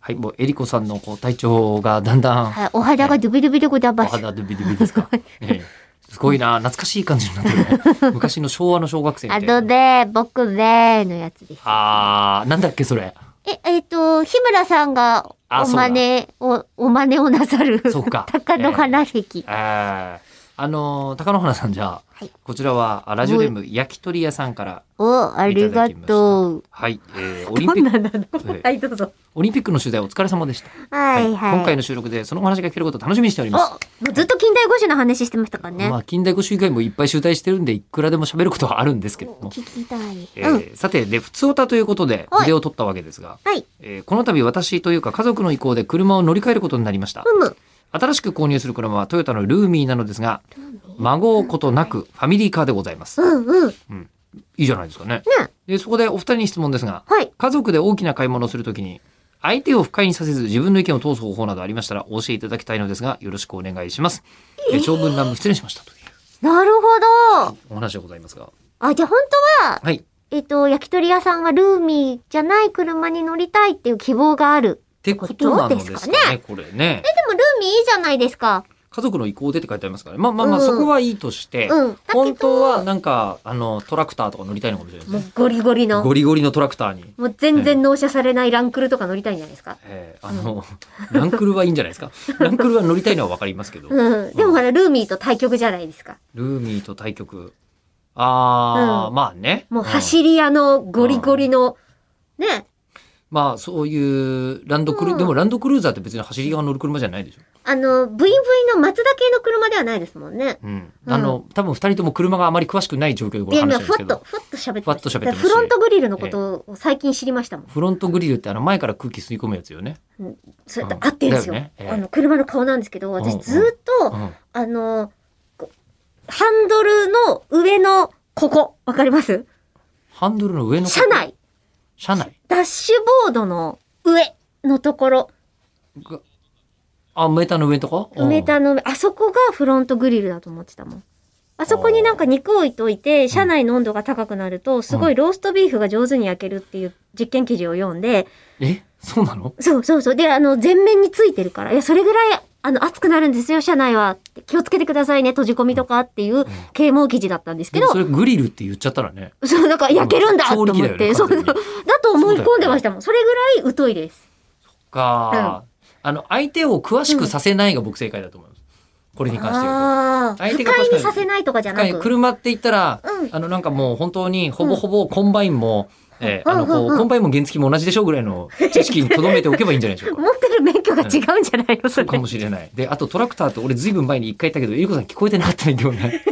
はい、もうえりこさんのこう体調がだんだん、はい、お肌がドゥビドゥビでございおます。肌ドゥビドゥビです か。ええすごいな、懐かしい感じになってるね。昔の昭和の小学生みたあいなのね、僕ね、のやつです。あー、なんだっけ、それ。え、えっ、と、日村さんがあおそうだ真似を、お真似をなさる。そうか 鷹の花席。えー、あのー、高野花さんじゃあ、はいこちらは、あラジオネーム、焼き鳥屋さんから、お、ありがとう。はい、えー、オリンどピんック、ななのええはい、どうぞ。オリンピックの取材お疲れ様でした。はい、はい。今回の収録でそのお話が聞けることを楽しみにしております。お、もうずっと近代五種の話してましたからね。まあ、近代五種以外もいっぱい取材してるんで、いくらでも喋ることはあるんですけれども。聞きたい。えうん。ーさて、で、普通歌ということではい腕を取ったわけですが、はい。えーこの度私というか家族の意向で車を乗り換えることになりました。ふむ。新しく購入する車はトヨタのルーミーなのですが、孫うことなくファミリーカーでございます。うんうん。ね。いいじゃないですかね。で、そこでお二人に質問ですが、はい。家族で大きな買い物をするときに、相手を不快にさせず自分の意見を通す方法などありましたら教えていただきたいのですが、よろしくお願いします。えー長文乱文失礼しましたというなるほど。お話でございますが。あ、じゃあ本当は、はい。っえっ、と、焼き鳥屋さんはルーミーじゃない車に乗りたいっていう希望がある。てことなのですどうですかかねね、これね。でもルーミーいいじゃないですか。家族の意向でって書いてありますからね。まあまあまあ、うんそこはいいとして、うん。だけど本当はなんか、あの、トラクターとか乗りたいのかもしれないですもうね。ゴリゴリの。ゴリゴリのトラクターに。もう全然納車されないランクルとか乗りたいんじゃないですか。えーあの、 ランクルはいいんじゃないですか。ランクルは乗りたいのはわかりますけど、ルうん。でもほら、ルーミーと対局じゃないですか。ーミーと対局。あー、うまあね。もうん走り屋のゴリゴリの、ね。まあ、そういう、ランドクルー、うんでもランドクルーザーって別に走り側乗る車じゃないでしょ。あの、ブイブイの松田系の車ではないですもんね。うん。うんあの、多分二人とも車があまり詳しくない状況でこで、れ話し今、てるんでふすわけど、。っとふわっと喋ってふわまっしと喋た。ってだまかしたらフロントグリルのことを最近知りましたもん。フロントグリルってあの前から空気吸い込むやつよね。それと合ってるんですよ。だよねええあの、車の顔なんですけど、うんう私んずーっうと、ん。あの、こハンドルの上の、ここ、わかりますハンドルの上の。車。内、車内。ダッシュボードの上のところ、あ、メーターの上のとこメーターの上、あそこがフロントグリルだと思ってたもん。あそこになんか肉置いといて、車内の温度が高くなると、すごいローストビーフが上手に焼けるっていう実験記事を読んで、えそうなのそうそうそう。で、あの、全面についてるから、いや、それぐらい、あの、暑くなるんですよ、車内は。って気をつけてくださいね、閉じ込みとかっていう啓蒙記事だったんですけでども、それグリルって言っちゃったらね。そう、なんか焼けるんだと思調っ理器だよて、ねそう、完そ全うにだと思い込んでましたもん。それぐらい疎いです。か、あの、相手を詳しくさせないが僕正解だと思います。これに関して言うと。ああ、相不手が快にさせないとかじゃなはいく。車って言ったら、うんあのなんかもう本当にほぼほぼコンバインも、えーあのこうんうんううんコンバインも原付も同じでしょうぐらいの知識に留めておけばいいんじゃないでしょうか。持ってる免許が違 うんじゃないの、そそうれ。かもしれない。で、あとトラクターって俺ずいぶん前に一回言ったけど、えりこさん聞こえてなかったんだよね。